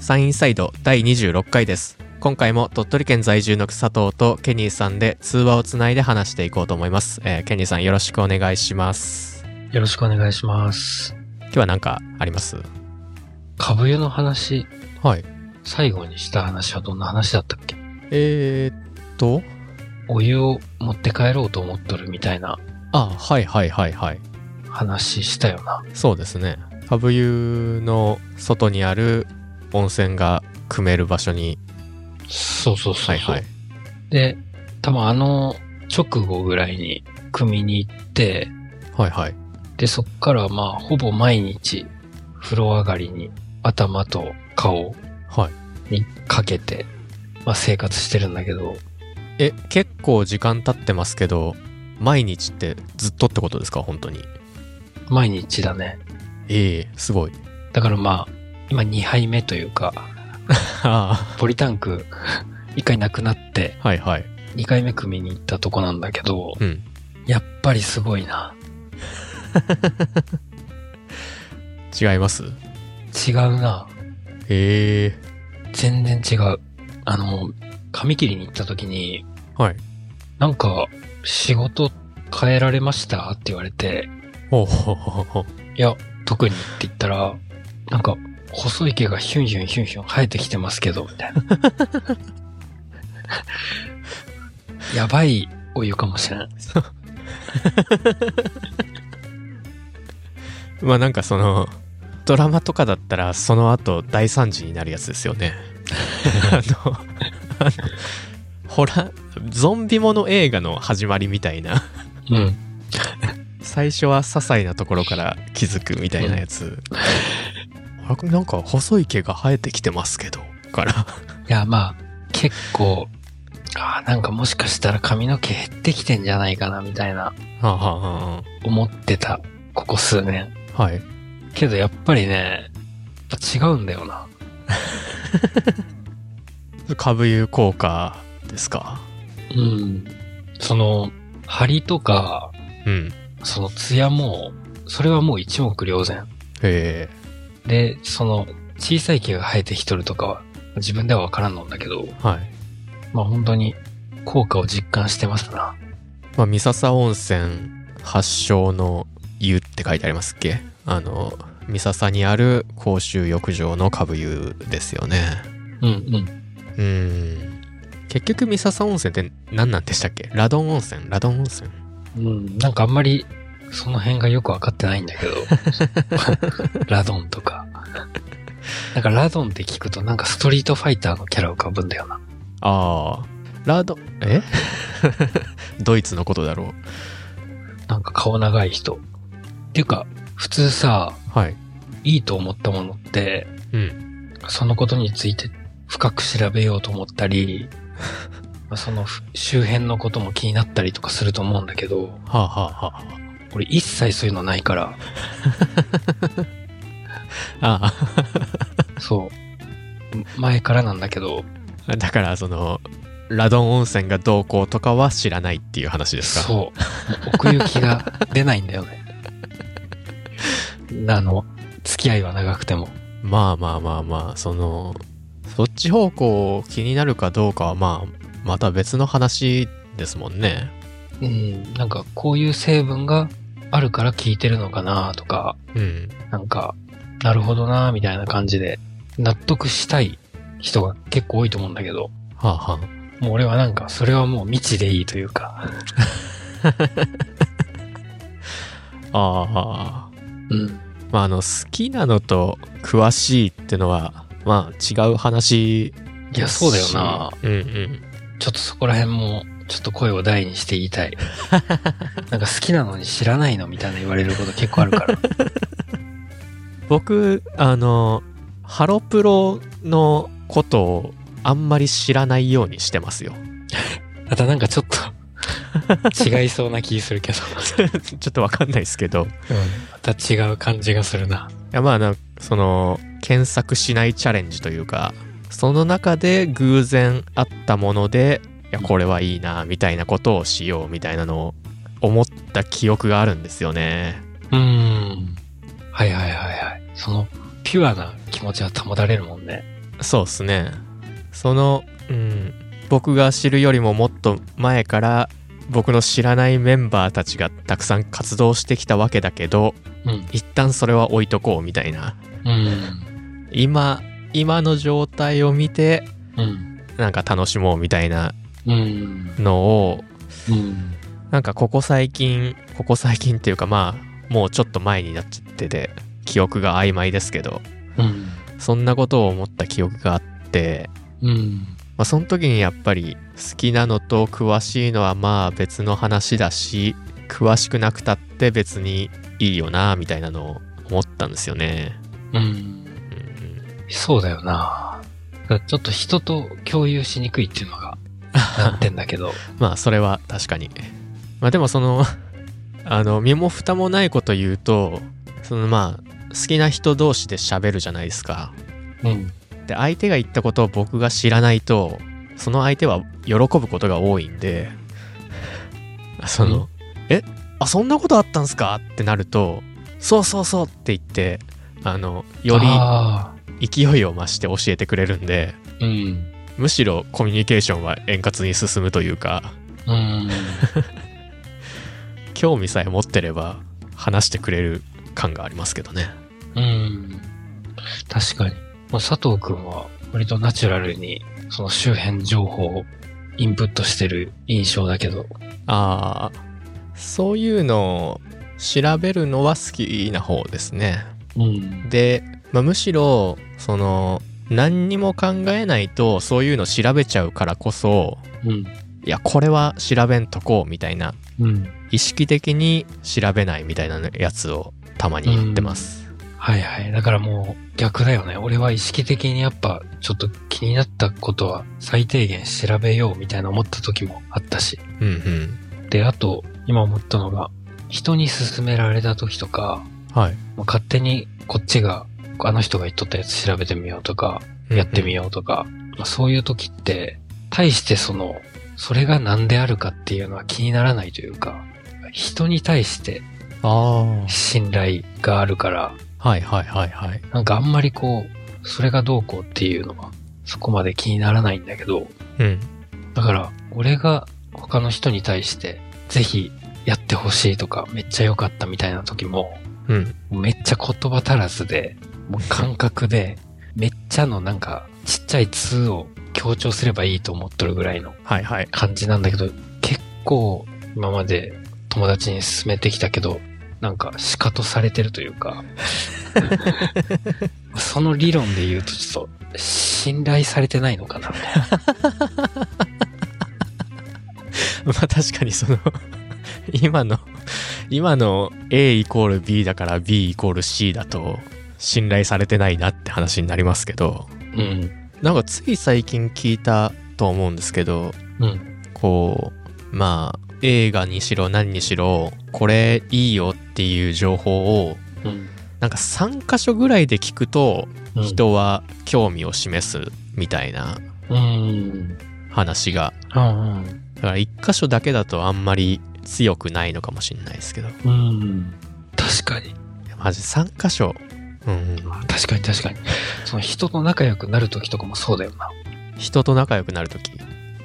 山陰サイド第26回です今回も鳥取県在住の佐藤とケニーさんで通話をつないで話していこうと思います、えーケニーさんよろしくお願いしますよろしくお願いします。今日は何かあります株湯の話、はい最後にした話はどんな話だったっけえー、っとお湯を持って帰ろうと思っとるみたいなあはいはいはいはい話したよな。そうですね株湯の外にある温泉が汲める場所にそうそうそうそう。はいはいで、多分あの直後ぐらいに組みに行って、はいはいで、そっからまあほぼ毎日風呂上がりに頭と顔はいにかけて、まあ生活してるんだけど、え結構時間経ってますけど毎日ってずっとってことですか本当に毎日だね。ええすご いだからまあ、今2杯目というか、あポリタンク 一回なくなってあはいはい二回目組みに行ったとこなんだけど、うんやっぱりすごいな。違います違うな。ええ全然違う。あの、髪切りに行った時に、はいなんか、仕事変えられましたって言われて、ほうほうほうほういや、特にって言ったら、なんか、細い毛がヒュンヒュンヒュンヒュン生えてきてますけど、みたいな。やばいお湯かもしれん。まあなんかそのドラマとかだったらその後大惨事になるやつですよ ねあのあのホラゾンビもの映画の始まりみたいなうん。最初は些細なところから気づくみたいなやつ、あれなんか細い毛が生えてきてますけどからいや、まあ、結構、ああ、なんかもしかしたら髪の毛減ってきてんじゃないかな、みたいな、はあはあは思ってた、ここ数年。あはいけどやっぱりね、やっぱ違うんだよな。株有効果ですかうん。その、張りとか、うんその艶も、それはもう一目瞭然。へえで、その、小さい毛が生えてきとるとかは、自分ではわからんのんだけど、はいまあ本当に、効果を実感してますな。まあ三笹温泉発祥の湯って書いてありますっけあの三笹にある公衆浴場の株湯ですよねうんうん。うーん結局三笹温泉って何なんでしたっけラドン温泉ラドン温泉うん、なんかあんまり、その辺がよくわかってないんだけど。ラドンとか。なんかラドンって聞くとなんかストリートファイターのキャラ浮かぶんだよな。ああ、ラド、え ドイツのことだろなんか顔長い人。っていうか、普通さ、う。はい。いいと思ったものって、うん。そのことについて深く調べようと思ったり、まあそのふ周辺のことも気になったりとかすると思うんだけど、はあ、はあはあ、俺一切そういうのないから、あそう。前からなんだけど、あ、だからその、ラドン温泉がどうこうとかは知らないっていう話ですか。そう。もう奥行きが出ないんだよ ね。あの、付き合いは長くても。まあまあまあまあ、その、そっち方向気になるかどうかはまあ、また別の話ですもんね。うん、なんかこういう成分があるから効いてるのかなとか、うん。なんか、なるほどなみたいな感じで、納得したい人が結構多いと思うんだけど、はあ、はもう俺はなんか、それはもう未知でいいというか、あ、ああ。うん。まああの、好きなのと詳しいってのは、まあ違う話いや、そうだよなうんうん。ちょっとそこら辺も、ちょっと声を大にして言い たい。なんか好きなのに知らないのみたいな言われること結構あるから。僕あのハロプロのことをあんまり知らないようにしてますよ またなんかちょっと違いそうな気するけど、ちょっとわかんないですけどいまた違う感じがするな。やまあなんかその検索しないチャレンジというかその中で偶然あったものでいやこれはいいなみたいなことをしようみたいなのを思った記憶があるんですよねうーん。はいはいはいはい。その、ピュアな気持ちは保たれるもんね。そうっすねそのうん僕が知るよりももっと前から僕の知らないメンバーたちがたくさん活動してきたわけだけどうん。一旦それは置いとこうみたいなうん。今今の状態を見てうん。なんか楽しもうみたいなうん。のをうん。なんかここ最近ここ最近っていうかまあもうちょっと前になっちゃってて記憶が曖昧ですけどうん。そんなことを思った記憶があって、うん。まあ、その時にやっぱり好きなのと詳しいのはまあ別の話だし詳しくなくたって別にいいよなみたいなのを思ったんですよね。うん。うんそうだよな。ちょっと人と共有しにくいっていうの が難点だけど。まあそれは確かに。まあでもその あの身も蓋もないこと言うとそのまあ好きな人同士で喋るじゃないですか。うん。で相手が言ったことを僕が知らないとその相手は喜ぶことが多いんでその「えあそんなことあったんすか?」ってなると「そうそうそう」って言ってあのよりあ勢いを増して教えてくれるんでーうん。むしろコミュニケーションは円滑に進むというかうん。興味さえ持ってれば話してくれる感がありますけどね。うん。確かに。まあ、佐藤くんは割とナチュラルにその周辺情報をインプットしてる印象だけど。ああそういうのを調べるのは好きな方ですね。うん。で、まあ、むしろその何にも考えないとそういうの調べちゃうからこそうん。いやこれは調べんとこうみたいなうん。意識的に調べないみたいなやつをたまにやってます、はいはい。だからもう逆だよね。俺は意識的にやっぱちょっと気になったことは最低限調べようみたいな思った時もあったし。うん、うんで、あと今思ったのが、人に勧められた時とか、はいもう勝手にこっちがあの人が言っとったやつ調べてみようとか、やってみよようとか、まあ、そういう時って、対してその、それが何であるかっていうのは気にならないというか、人に対してうんあ信頼があるから、あはいはいはいはいなんかあんまりこう、それがどうこうっていうのは、そこまで気にならないんだけど、うんだから、俺が他の人に対して、ぜひやってほしいとか、めっちゃ良かったみたいな時も、うんめっちゃ言葉足らずで、もう感覚で、めっちゃのなんか、ちっちゃい2を強調すればいいと思っとるぐらいのはいはい 感じなんだけど、結構今まで友達に勧めてきたけど、なんか仕方されてるというか、その理論で言うとちょっと信頼されてないのかなみたいな。まあ確かにその 今の今の A イコール B だから B イコール C だと信頼されてないなって話になりますけどうん。なんかつい最近聞いたと思うんですけどうん。こうまあ映画にしろ何にしろこれいいよっていう情報をうん。なんか3箇所ぐらいで聞くとうん。人は興味を示すみたいなうん。話がうん。だから1箇所だけだとあんまり強くないのかもしれないですけどうん。確かに。マジ3箇所うん確かに確かに。その人と仲良くなる時とかもそうだよな。人と仲良くなるとき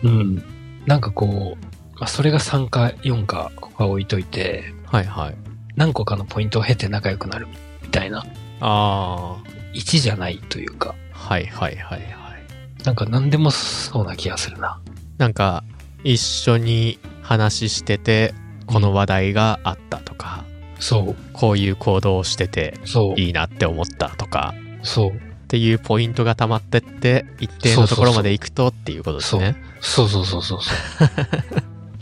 うん。なんかこう、まあ、それが3か4かは置いといて、はいはい何個かのポイントを経て仲良くなるみたいな、あ1じゃないというか、あはいはいはいはいなんか何でもそうな気がするな。なんか一緒に話しててこの話題があったとか、そこういう行動をしててう、そう、いいなって思ったとかそう、っていうポイントが溜まってって一定のところまで行くとっていうことですね。そうそうそうそう そう。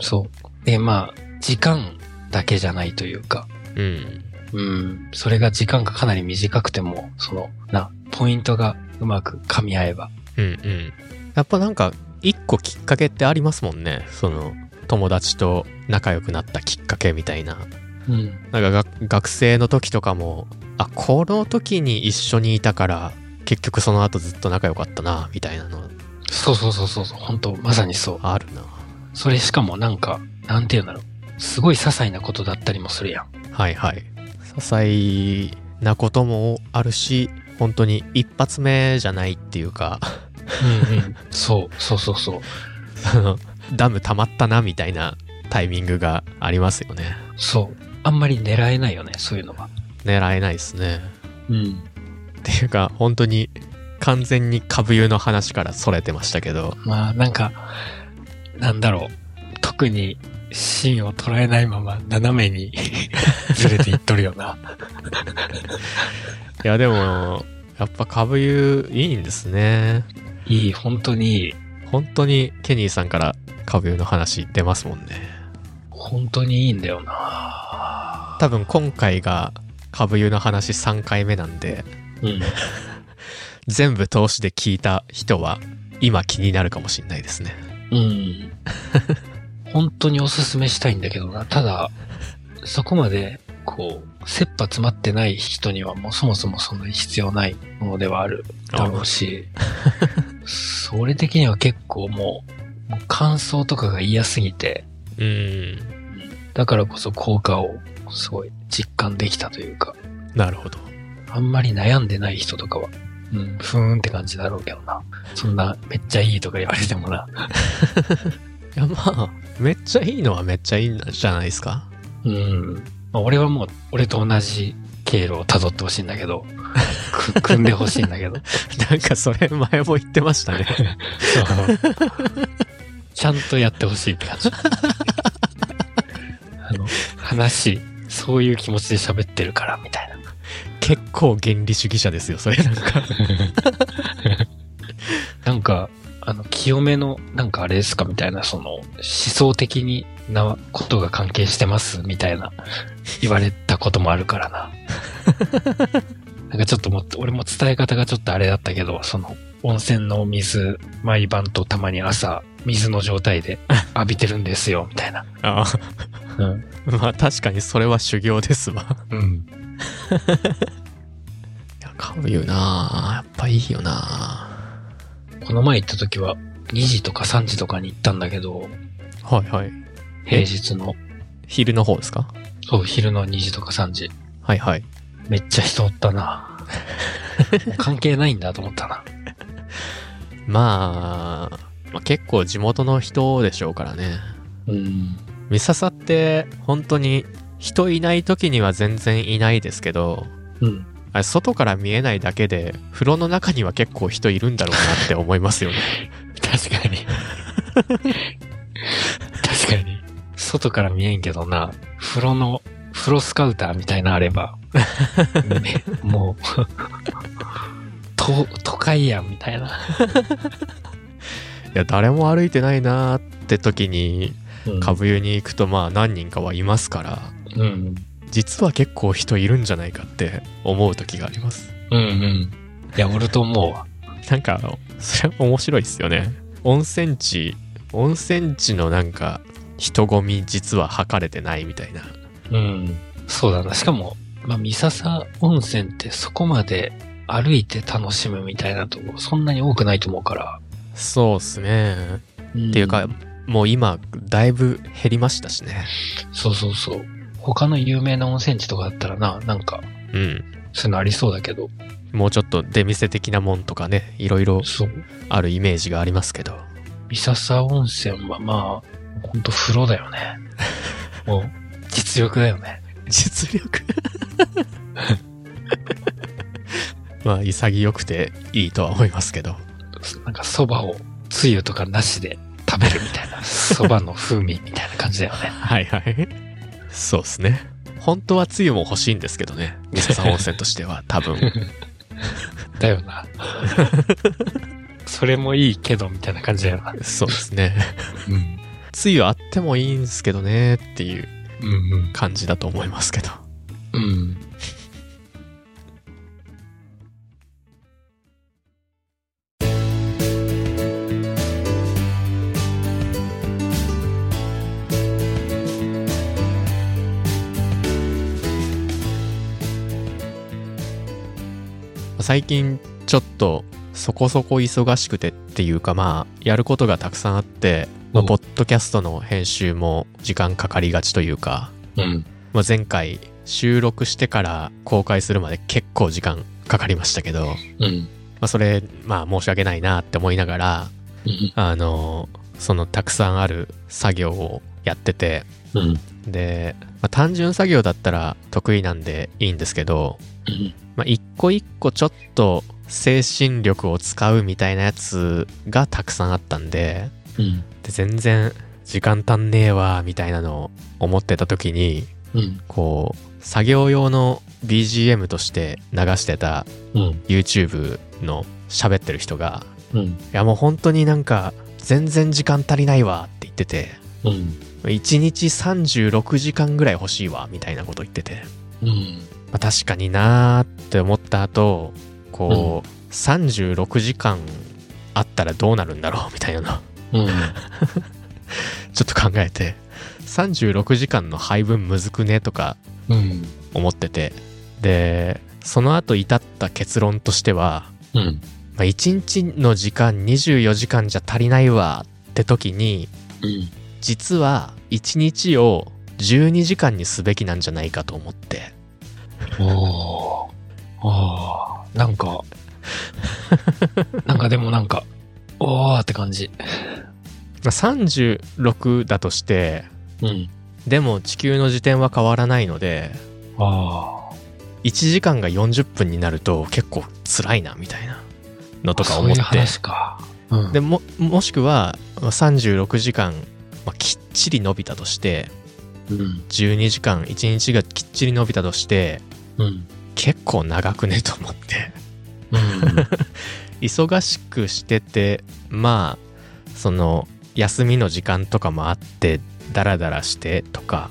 そう。で、まあ、時間だけじゃないというか、うん。うん、それが時間がかなり短くても、その、な、ポイントがうまく噛み合えば。うんうん。やっぱなんか一個きっかけってありますもんね。その友達と仲良くなったきっかけみたいな。うん、なんかが学生の時とかもあこの時に一緒にいたから結局その後ずっと仲良かったなみたいなのそうそうそうそうそう、本当まさにそう。あるな。それしかもなんか、なんていうんだろう。すごい些細なことだったりもするやん。はいはい些細なこともあるし本当に一発目じゃないっていうか うんうん。 そう、そうそうそう。あのダム溜まったなみたいなタイミングがありますよねそう。あんまり狙えないよね、そういうのは。狙えないですねうん。っていうか本当に完全に株湯の話からそれてましたけどまあ、なんか、なんだろう。特に芯を捉えないまま斜め にずれていっとるよな。いやでもやっぱ株湯いいんですねいい、本当にいい。本当にケニーさんから株湯の話出ますもんね本当にいいんだよな。多分今回が株湯の話3回目なんでうん。全部通しで聞いた人は今気になるかもしれないですねうん。本当におすすめしたいんだけどな。ただ、そこまで、こう、切羽詰まってない人にはもうそもそもそんなに必要ないものではあるだろうし、それ的には結構もう、もう感想とかが嫌すぎて、うんだからこそ効果をすごい実感できたというか、なるほどあんまり悩んでない人とかは、うん、ふーんって感じだろうけどな。そんな、めっちゃいいとか言われてもな。いやまあめっちゃいいのはめっちゃいいんじゃないですか うん。まあ、俺はもう、俺と同じ経路を辿ってほしいんだけど、く組んでほしいんだけど。なんかそれ前も言ってましたね ちゃんとやってほしいって感じ。あの、話、そういう気持ちで喋ってるから、みたいな。結構原理主義者ですよそれなんかなんか、あの、清めの、なんかあれですかみたいな、その、思想的になことが関係してますみたい な、言われたこともあるから な。なんかちょっともう、俺も伝え方がちょっとあれだったけど、その、温泉のお水、毎晩とたまに朝、水の状態 で浴びてるんですよ、みたいな。あうん。あ まあ確かにそれは修行です わうん。いや買うよなやっぱいいよなこの前行った時は、2時とか3時とかに行ったんだけど、はいはい平日の、昼の方ですかそう、昼の2時とか3時。はいはいめっちゃ人おったな。もう関係ないんだと思ったな。まあ、まあ結構地元の人でしょうからねうん。ミササって本当に人いない時には全然いないですけどうん。あれ外から見えないだけで風呂の中には結構人いるんだろうなって思いますよね確かに。確かに。外から見えんけどな、風呂の、風呂スカウターみたいなあれ ば、ねもう、と、都会やんみたいな。いや誰も歩いてないなーって時にうん株湯に行くとまあ何人かはいますからうん。実は結構人いるんじゃないかって思う時がありますうんうん。いや、俺と思うわ。なんかあのそれ面白いですよね温泉地温泉地のなんか人混み実は測れてないみたいなうん。そうだな。しかも、まあ、三笹温泉ってそこまで歩いて楽しむみたいなとこ、そんなに多くないと思うから。そうっすねっていうか、もう今だいぶ減りましたしねそうそうそう。他の有名な温泉地とかだったらな、なんか、うんそういうのありそうだけど。もうちょっと出店的なもんとかねいろいろそう。あるイメージがありますけど三笹温泉はまあ、ほんと風呂だよ ね。もう、実力だよね。実力 まあ潔くていいとは思いますけどなんか蕎麦を、つゆとかなしで食べるみたいな。蕎麦の風味みたいな感じだよね。はいはいそうですね本当はつゆも欲しいんですけどね三笹温泉として は多分だよな。それもいいけど、みたいな感じだよな。そうですねうん。つゆあってもいいんすけどねっていううん感じだと思いますけどうん。うん。最近ちょっとそこそこ忙しくてっていうかまあやることがたくさんあって、まあうんポッドキャストの編集も時間かかりがちというか、うん。まあ、前回収録してから公開するまで結構時間かかりましたけど、まうん。あ、それ、まあ申し訳ないなって思いながら、うん。あの、そのたくさんある作業をやってて、うん。で、まあ、単純作業だったら得意なんでいいんですけど、まあ、一個一個ちょっと精神力を使うみたいなやつがたくさんあったんで、うん。で全然時間足んねえわ、みたいなのを思ってた時に、うん。こう、作業用の BGM として流してたうん。 YouTube の喋ってる人が、うん。いやもう本当になんか全然時間足りないわって言ってて、うん。 1日36時間ぐらい欲しいわみたいなこと言ってて、うん。まあ、確かになーって思った後こう、36時間あったらどうなるんだろうみたいなのう ん。ちょっと考えて36時間の配分むずくねとかうん。思っててでその後至った結論としては、うん。まあ、1日の時間24時間じゃ足りないわって時にうん。実は1日を12時間にすべきなんじゃないかと思っておーあーなんか、なんかでもなんか、おーって感じ。まあ36だとしてうん。でも地球の時点は変わらないのでああ。 1時間が40分になると結構辛いなみたいなのとかそう思いっうて話か。うん。でももしくはまあ36時間、まあきっちり伸びたとしてうん。 12時間1日がきっちり伸びたとしてうん。結構長くねと思ってうん。忙しくしててまあその休みの時間とかもあってダラダラしてとか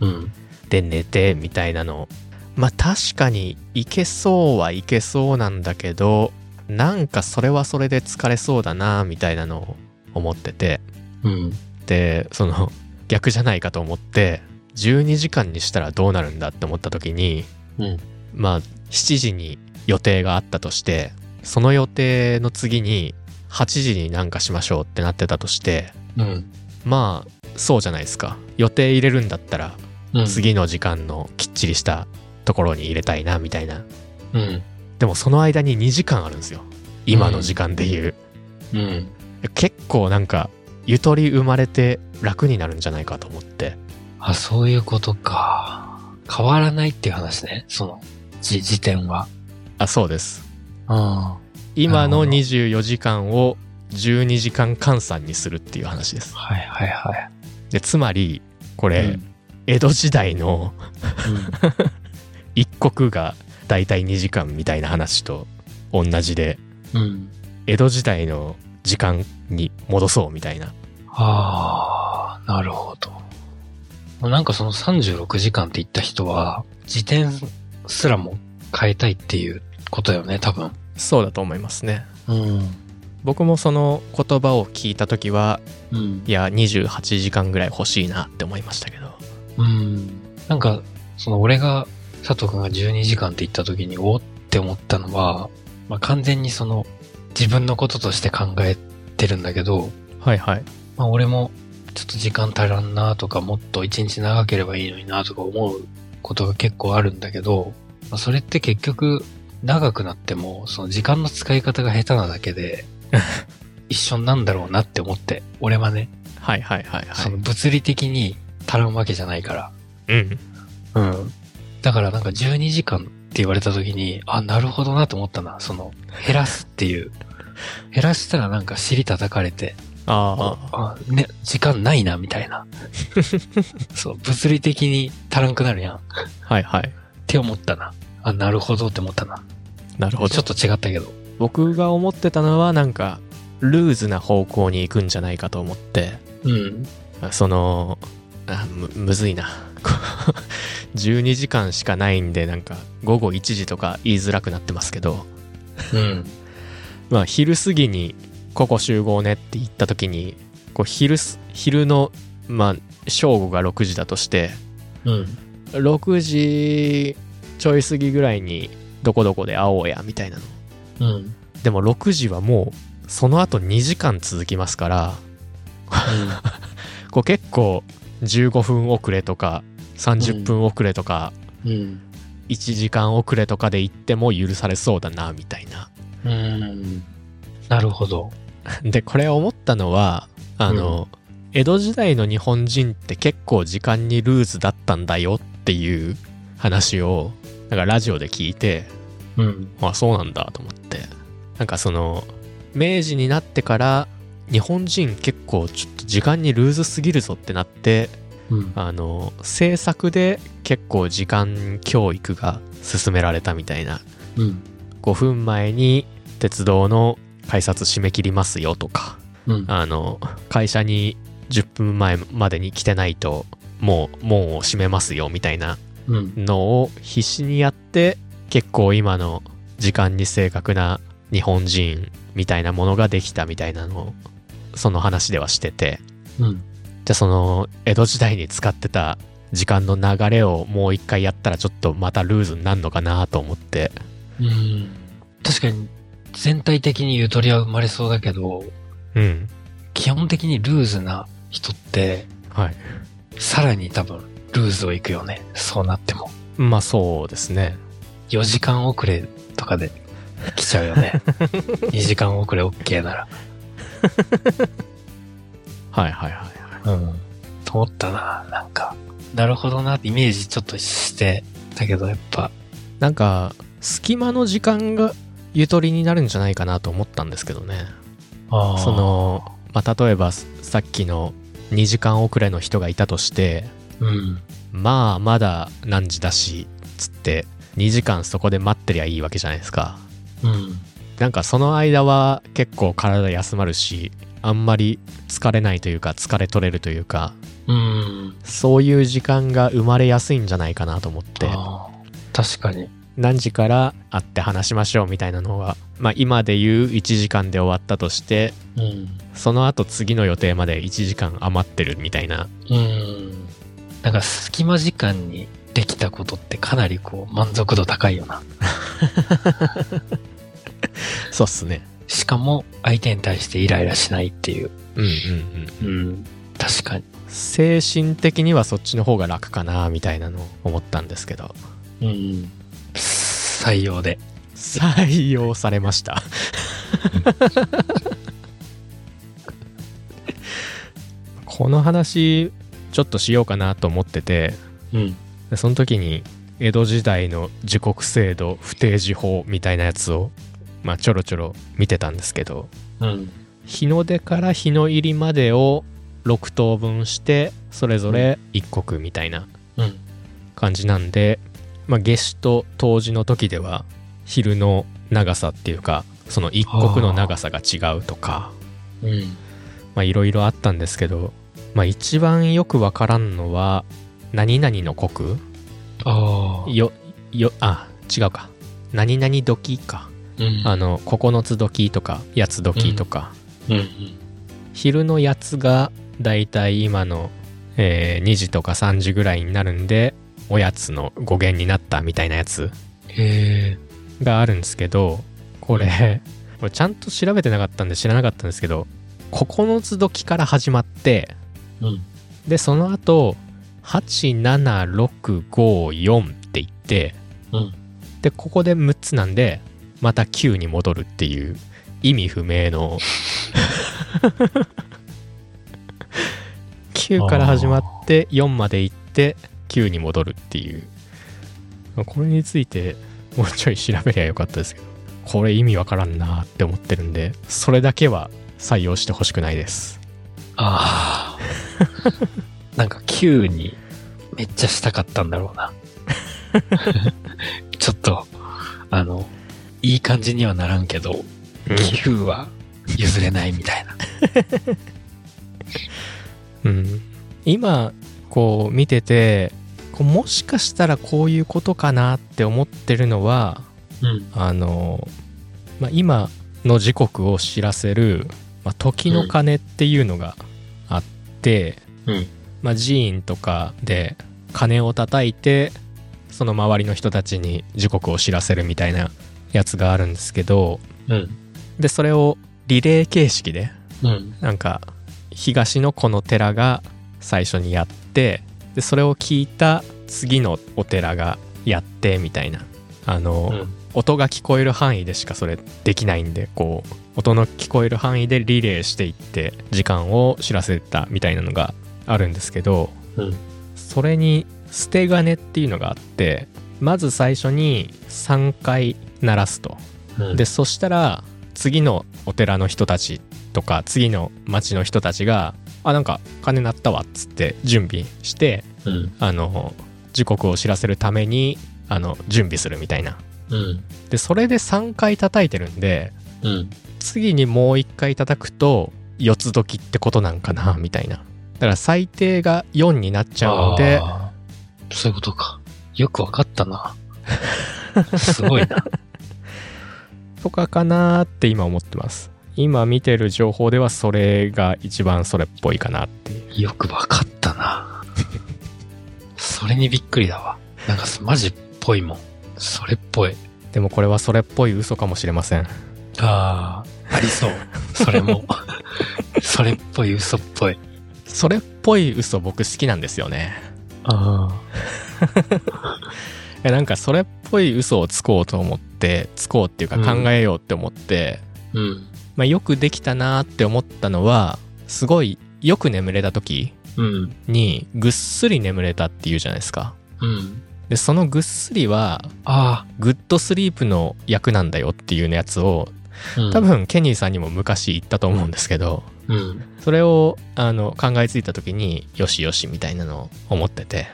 うん。で寝てみたいなのまあ確かにいけそうはいけそうなんだけどなんかそれはそれで疲れそうだなみたいなのを思っててうん。でその逆じゃないかと思って12時間にしたらどうなるんだって思った時にうん。まあ7時に予定があったとしてその予定の次に8時になんかしましょうってなってたとしてうん。まあそうじゃないですか予定入れるんだったらうん。。次の時間のきっちりしたところに入れたいなみたいなうん。でもその間に2時間あるんですよ今の時間で言う、うん。結構なんかゆとり生まれて楽になるんじゃないかと思ってあ、そういうことか。変わらないっていう話ね。その、じ、時点は。あそうですうん。今のなる24時間を12時間換算にするっていう話ですはいはいはい。でつまりこれ、うん江戸時代のうん一国がだいたい2時間みたいな話と同じでうん。江戸時代の時間に戻そうみたいなああ、なるほど。なんかその36時間って言った人は、時点すらも変えたいっていうことだよね、多分。そうだと思いますねうん。僕もその言葉を聞いた時はうんい。や28時間ぐらい欲しいなって思いましたけどうん。なんか、その俺が、佐藤くんが12時間って言った時に、おーって思ったのは、まあ完全にその、自分のこととして考えてるんだけど、はいはいまあ俺も、ちょっと時間足らんなとか、もっと一日長ければいいのになとか思うことが結構あるんだけど、まあ、それって結局、長くなっても、その時間の使い方が下手なだ けで、一緒になんだろうなって思って、俺はね、はいはいはいはそいの物理的に足らんわけじゃないから、うんうん。だからなんか12時間って言われた時に、あ、なるほどなと思ったな。その、減らすって いう。減らしたらなんか尻叩かれて、あああね、時間ないな、みたい な。そう、物理的に足らんくなるやん。っはいはいて思ったな。あ、なるほどって思ったな。なるほちょどっと違ったけど。僕が思ってたのはなんかルーズな方向に行くんじゃないかと思ってうん。そのあむむずいな こう12時間しかないんでなんか午後1時とか言いづらくなってますけどうん。まあ昼過ぎに「ここ集合ね」って言った時にこう昼す昼のまあ正午が6時だとしてうん。 6時ちょい過ぎぐらいにどこどこで会おうやみたいなのうん。うん。でも6時はもうその後2時間続きますからこう結構15分遅れとか30分遅れとか、うん。 1時間遅れとかで行っても許されそうだなみたいな。うん。なるほど。 でこれ思ったのはあの、江戸時代の日本人って結構時間にルーズだったんだよっていう話をなんかラジオで聞いてうん。あそうなんだと思ってなんかその明治になってから日本人結構ちょっと時間にルーズすぎるぞってなってうん。あの政策で結構時間教育が進められたみたいなうん。 5分前に鉄道の改札締め切りますよとかうん。あの会社に10分前までに来てないともう門を閉めますよみたいなうん。のを必死にやって結構今の時間に正確な日本人みたいなものができたみたいなのをその話ではしててうん。じゃあその江戸時代に使ってた時間の流れをもう一回やったらちょっとまたルーズになるのかなと思ってうん。確かに、全体的にゆとりは生まれそうだけど、うん基本的にルーズな人って、はいさらに多分、ルーズをいくよね。そうなっても。まあそうですね4時間遅れとかで来ちゃうよ ね。2時間遅れ OK なら。はいはいはいうん。と思ったな、なんか。なるほどな、イメージちょっとして。だけどやっぱ、なんか隙間の時間がゆとりになるんじゃないかなと思ったんですけどねあーそ、の、まあ、例えばさっきの2時間遅れの人がいたとしてうん。まあまだ何時だしつって2時間そこで待ってりゃいいわけじゃないですかうん。なんかその間は結構体休まるしあんまり疲れないというか疲れ取れるというかうん。そういう時間が生まれやすいんじゃないかなと思ってあー確かに。何時から会って話しましょうみたいなのが、まあ、今で言う1時間で終わったとしてうん。その後次の予定まで1時間余ってるみたいなうん。なんか隙間時間にできたことってかなりこう満足度高いよな。そうっすねしかも相手に対してイライラしないっていう。うんうんうんうん。確かに。精神的にはそっちの方が楽かなみたいなのを思ったんですけどうん。採用で。採用されました この話ちょっとしようかなと思っててうん。でその時に江戸時代の時刻制度不定時法みたいなやつを、まあ、ちょろちょろ見てたんですけどうん。日の出から日の入りまでを6等分してそれぞれ1刻みたいなうん。感じなんで、まあ、夏至と冬至の時では昼の長さっていうかその一刻の長さが違うとかうん。まあいろいろあったんですけど、まあ、一番よくわからんのは何々の刻ああ。よよあ違うか何々時かうんあの9つ時とか八つ時とか、うん。昼のやつがだいたい今の、えー2時とか3時ぐらいになるんでおやつの語源になったみたいなやつへえ。があるんですけどこれこれちゃんと調べてなかったんで知らなかったんですけど9つ時から始まってうん。でその後87654って言ってうん。でここで6つなんでまた9に戻るっていう意味不明の 9から始まって4まで行って9に戻るっていうこれについてもうちょい調べりゃよかったですけどこれ意味わからんなって思ってるんでそれだけは採用してほしくないですああ。なんか急にめっちゃしたかったんだろうな。ちょっと、あの、いい感じにはならんけど、急は譲れないみたいな。うん、今こう見ててこうもしかしたらこういうことかなって思ってるのはうん。あの、まあ、今の時刻を知らせる、まあ、時の鐘っていうのがあって、うんまあ、寺院とかで鐘を叩いてその周りの人たちに時刻を知らせるみたいなやつがあるんですけどうん。でそれをリレー形式でうん。なんか東のこの寺が最初にやってでそれを聞いた次のお寺がやってみたいなあの、うん音が聞こえる範囲でしかそれできないんでこう音の聞こえる範囲でリレーしていって時間を知らせたみたいなのがあるんですけど、うんそれに捨て金っていうのがあってまず最初に3回鳴らすとうんでそしたら次のお寺の人たちとか次の町の人たちが「あなんか金鳴ったわ」っつって準備してうん。あの時刻を知らせるためにあの準備するみたいなうん。でそれで3回叩いてるんでうん。次にもう1回叩くと四つ時ってことなんかなみたいなだから最低が4になっちゃうのであーそういうことか。よくわかったな。すごい な。とかかなーって今思ってます今見てる情報ではそれが一番それっぽいかなっていうよくわかったな。それにびっくりだわ。なんかすマジっぽいもん。それっぽい。でもこれはそれっぽい嘘かもしれませんああ、ありそう。それ も。それっぽい、嘘っぽい。それっぽい嘘僕好きなんですよねあえなんかそれっぽい嘘をつこうと思ってつこうっていうかうん考えようって思って、うん。まあ、よくできたなーって思ったのはすごいよく眠れた時うん。にぐっすり眠れたっていうじゃないですかうん。でそのぐっすりはあグッドスリープの役なんだよっていうやつをあ、うん多。分ケニーさんにも昔言ったと思うんですけどうん。それをあの考えついた時によしよしみたいなのを思ってて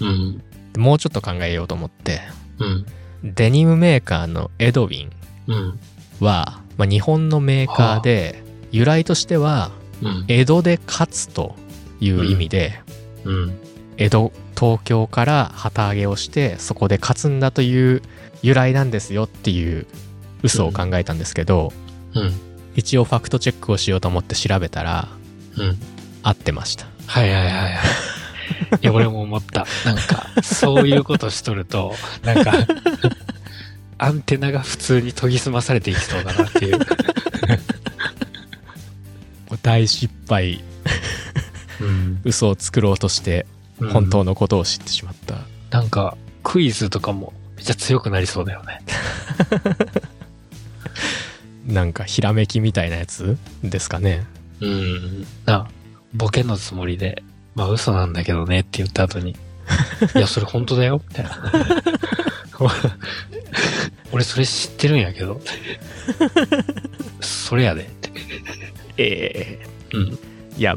うん。でもうちょっと考えようと思ってうん。デニムメーカーのエドウィンうん。は、まあ、日本のメーカーで由来としてはうん。江戸で勝つという意味で、うん。江戸東京から旗揚げをしてそこで勝つんだという由来なんですよっていう嘘を考えたんですけど、うん。一応ファクトチェックをしようと思って調べたらうん。合ってましたはいはいはいはい。いや、俺も思った。なんか、そういうことしとると、 なんか、アンテナが普通に研ぎ澄まされていきそうだなっていう。大失敗うん。嘘を作ろうとして本当のことを知ってしまった、なんか、クイズとかもめっちゃ強くなりそうだよね。なんかひらめきみたいなやつですかねうん。な、ボケのつもりで、まあ嘘なんだけどねって言った後に、いや、それ本当だよ、みたいな。 俺それ知ってるんやけど。それやで。ってええうん。いや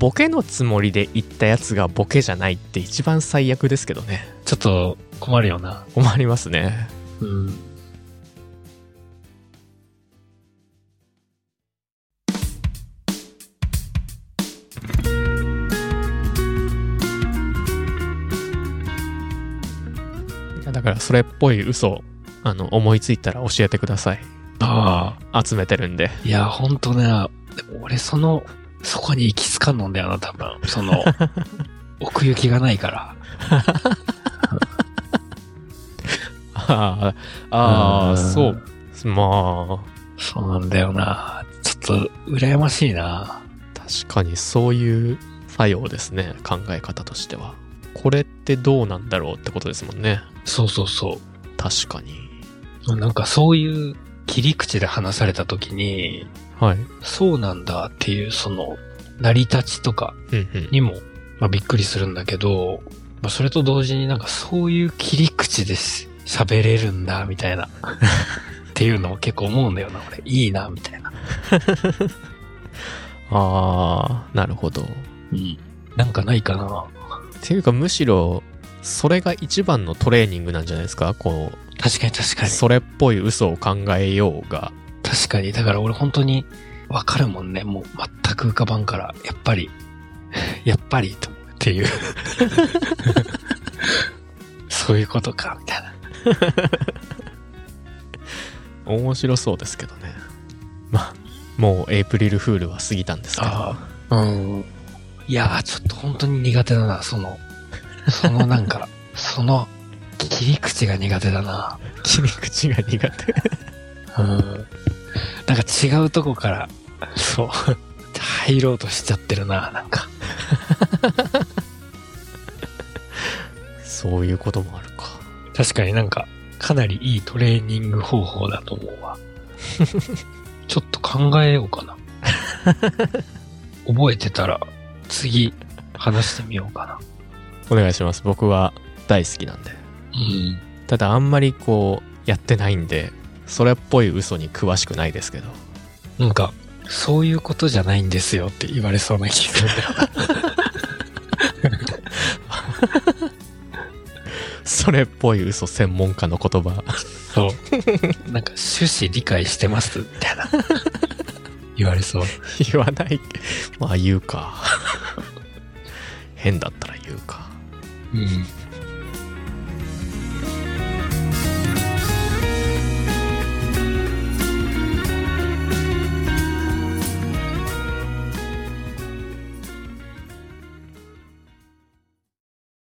ボケのつもりで言ったやつがボケじゃないって一番最悪ですけどねちょっと困るよな。困りますねうん。いやだからそれっぽい嘘あの思いついたら教えてくださいああ。集めてるんでいや、ほんとね、でも俺その、そこに行き着かんのんだよな、多分。そ の、奥行きがないから。ああああそうまあそうなんだよな。ちょっと、羨ましいな。確かにそういう作用ですね考え方としてはこれってどうなんだろうってことですもんねそうそうそ確かにう。なんかそういう切り口で話された時に、はいそうなんだっていう、その、成り立ちとかうんうんにも、まあ、びっくりするんだけど、まあ、それと同時になんかそういう切り口でし喋れるんだ、みたいな。っていうのを結構思うんだよな、俺。いいな、みたいな。ああなるほどっうん。なんかないかな。ていうかむしろそれが一番のトレーニングなんじゃないですかこう確かに確かに。それっぽい嘘を考えようが確かに。だから俺本当にわかるもんね。もう全く浮かばんから、やっぱり、 やっぱりと思うっていう。 そういうことか、みたいな。面白そうですけどねまあもうエイプリルフールは過ぎたんですけどああ。うん。いやー、ちょっと本当に苦手だな、その、そのなん か、その切り口が苦手だな。切り口が苦手うん。なんか違うとこから、そう、入ろうとしちゃってるな、なんか。そういうこともあるか確かになんか、かなりいいトレーニング方法だと思う わ。ちょっと考えようかな。覚えてたら、次、話してみようかな。お願いします僕は大好きなんでうん。ただあんまりこうやってないんでそれっぽい嘘に詳しくないですけどなんか、そういうことじゃないんですよって言われそうな気がするんだよな。それっぽい嘘専門家の言葉 そう。 なんか、趣旨理解してますみた いな。言われそう。言わない まあ言うか変だったら言うかうん。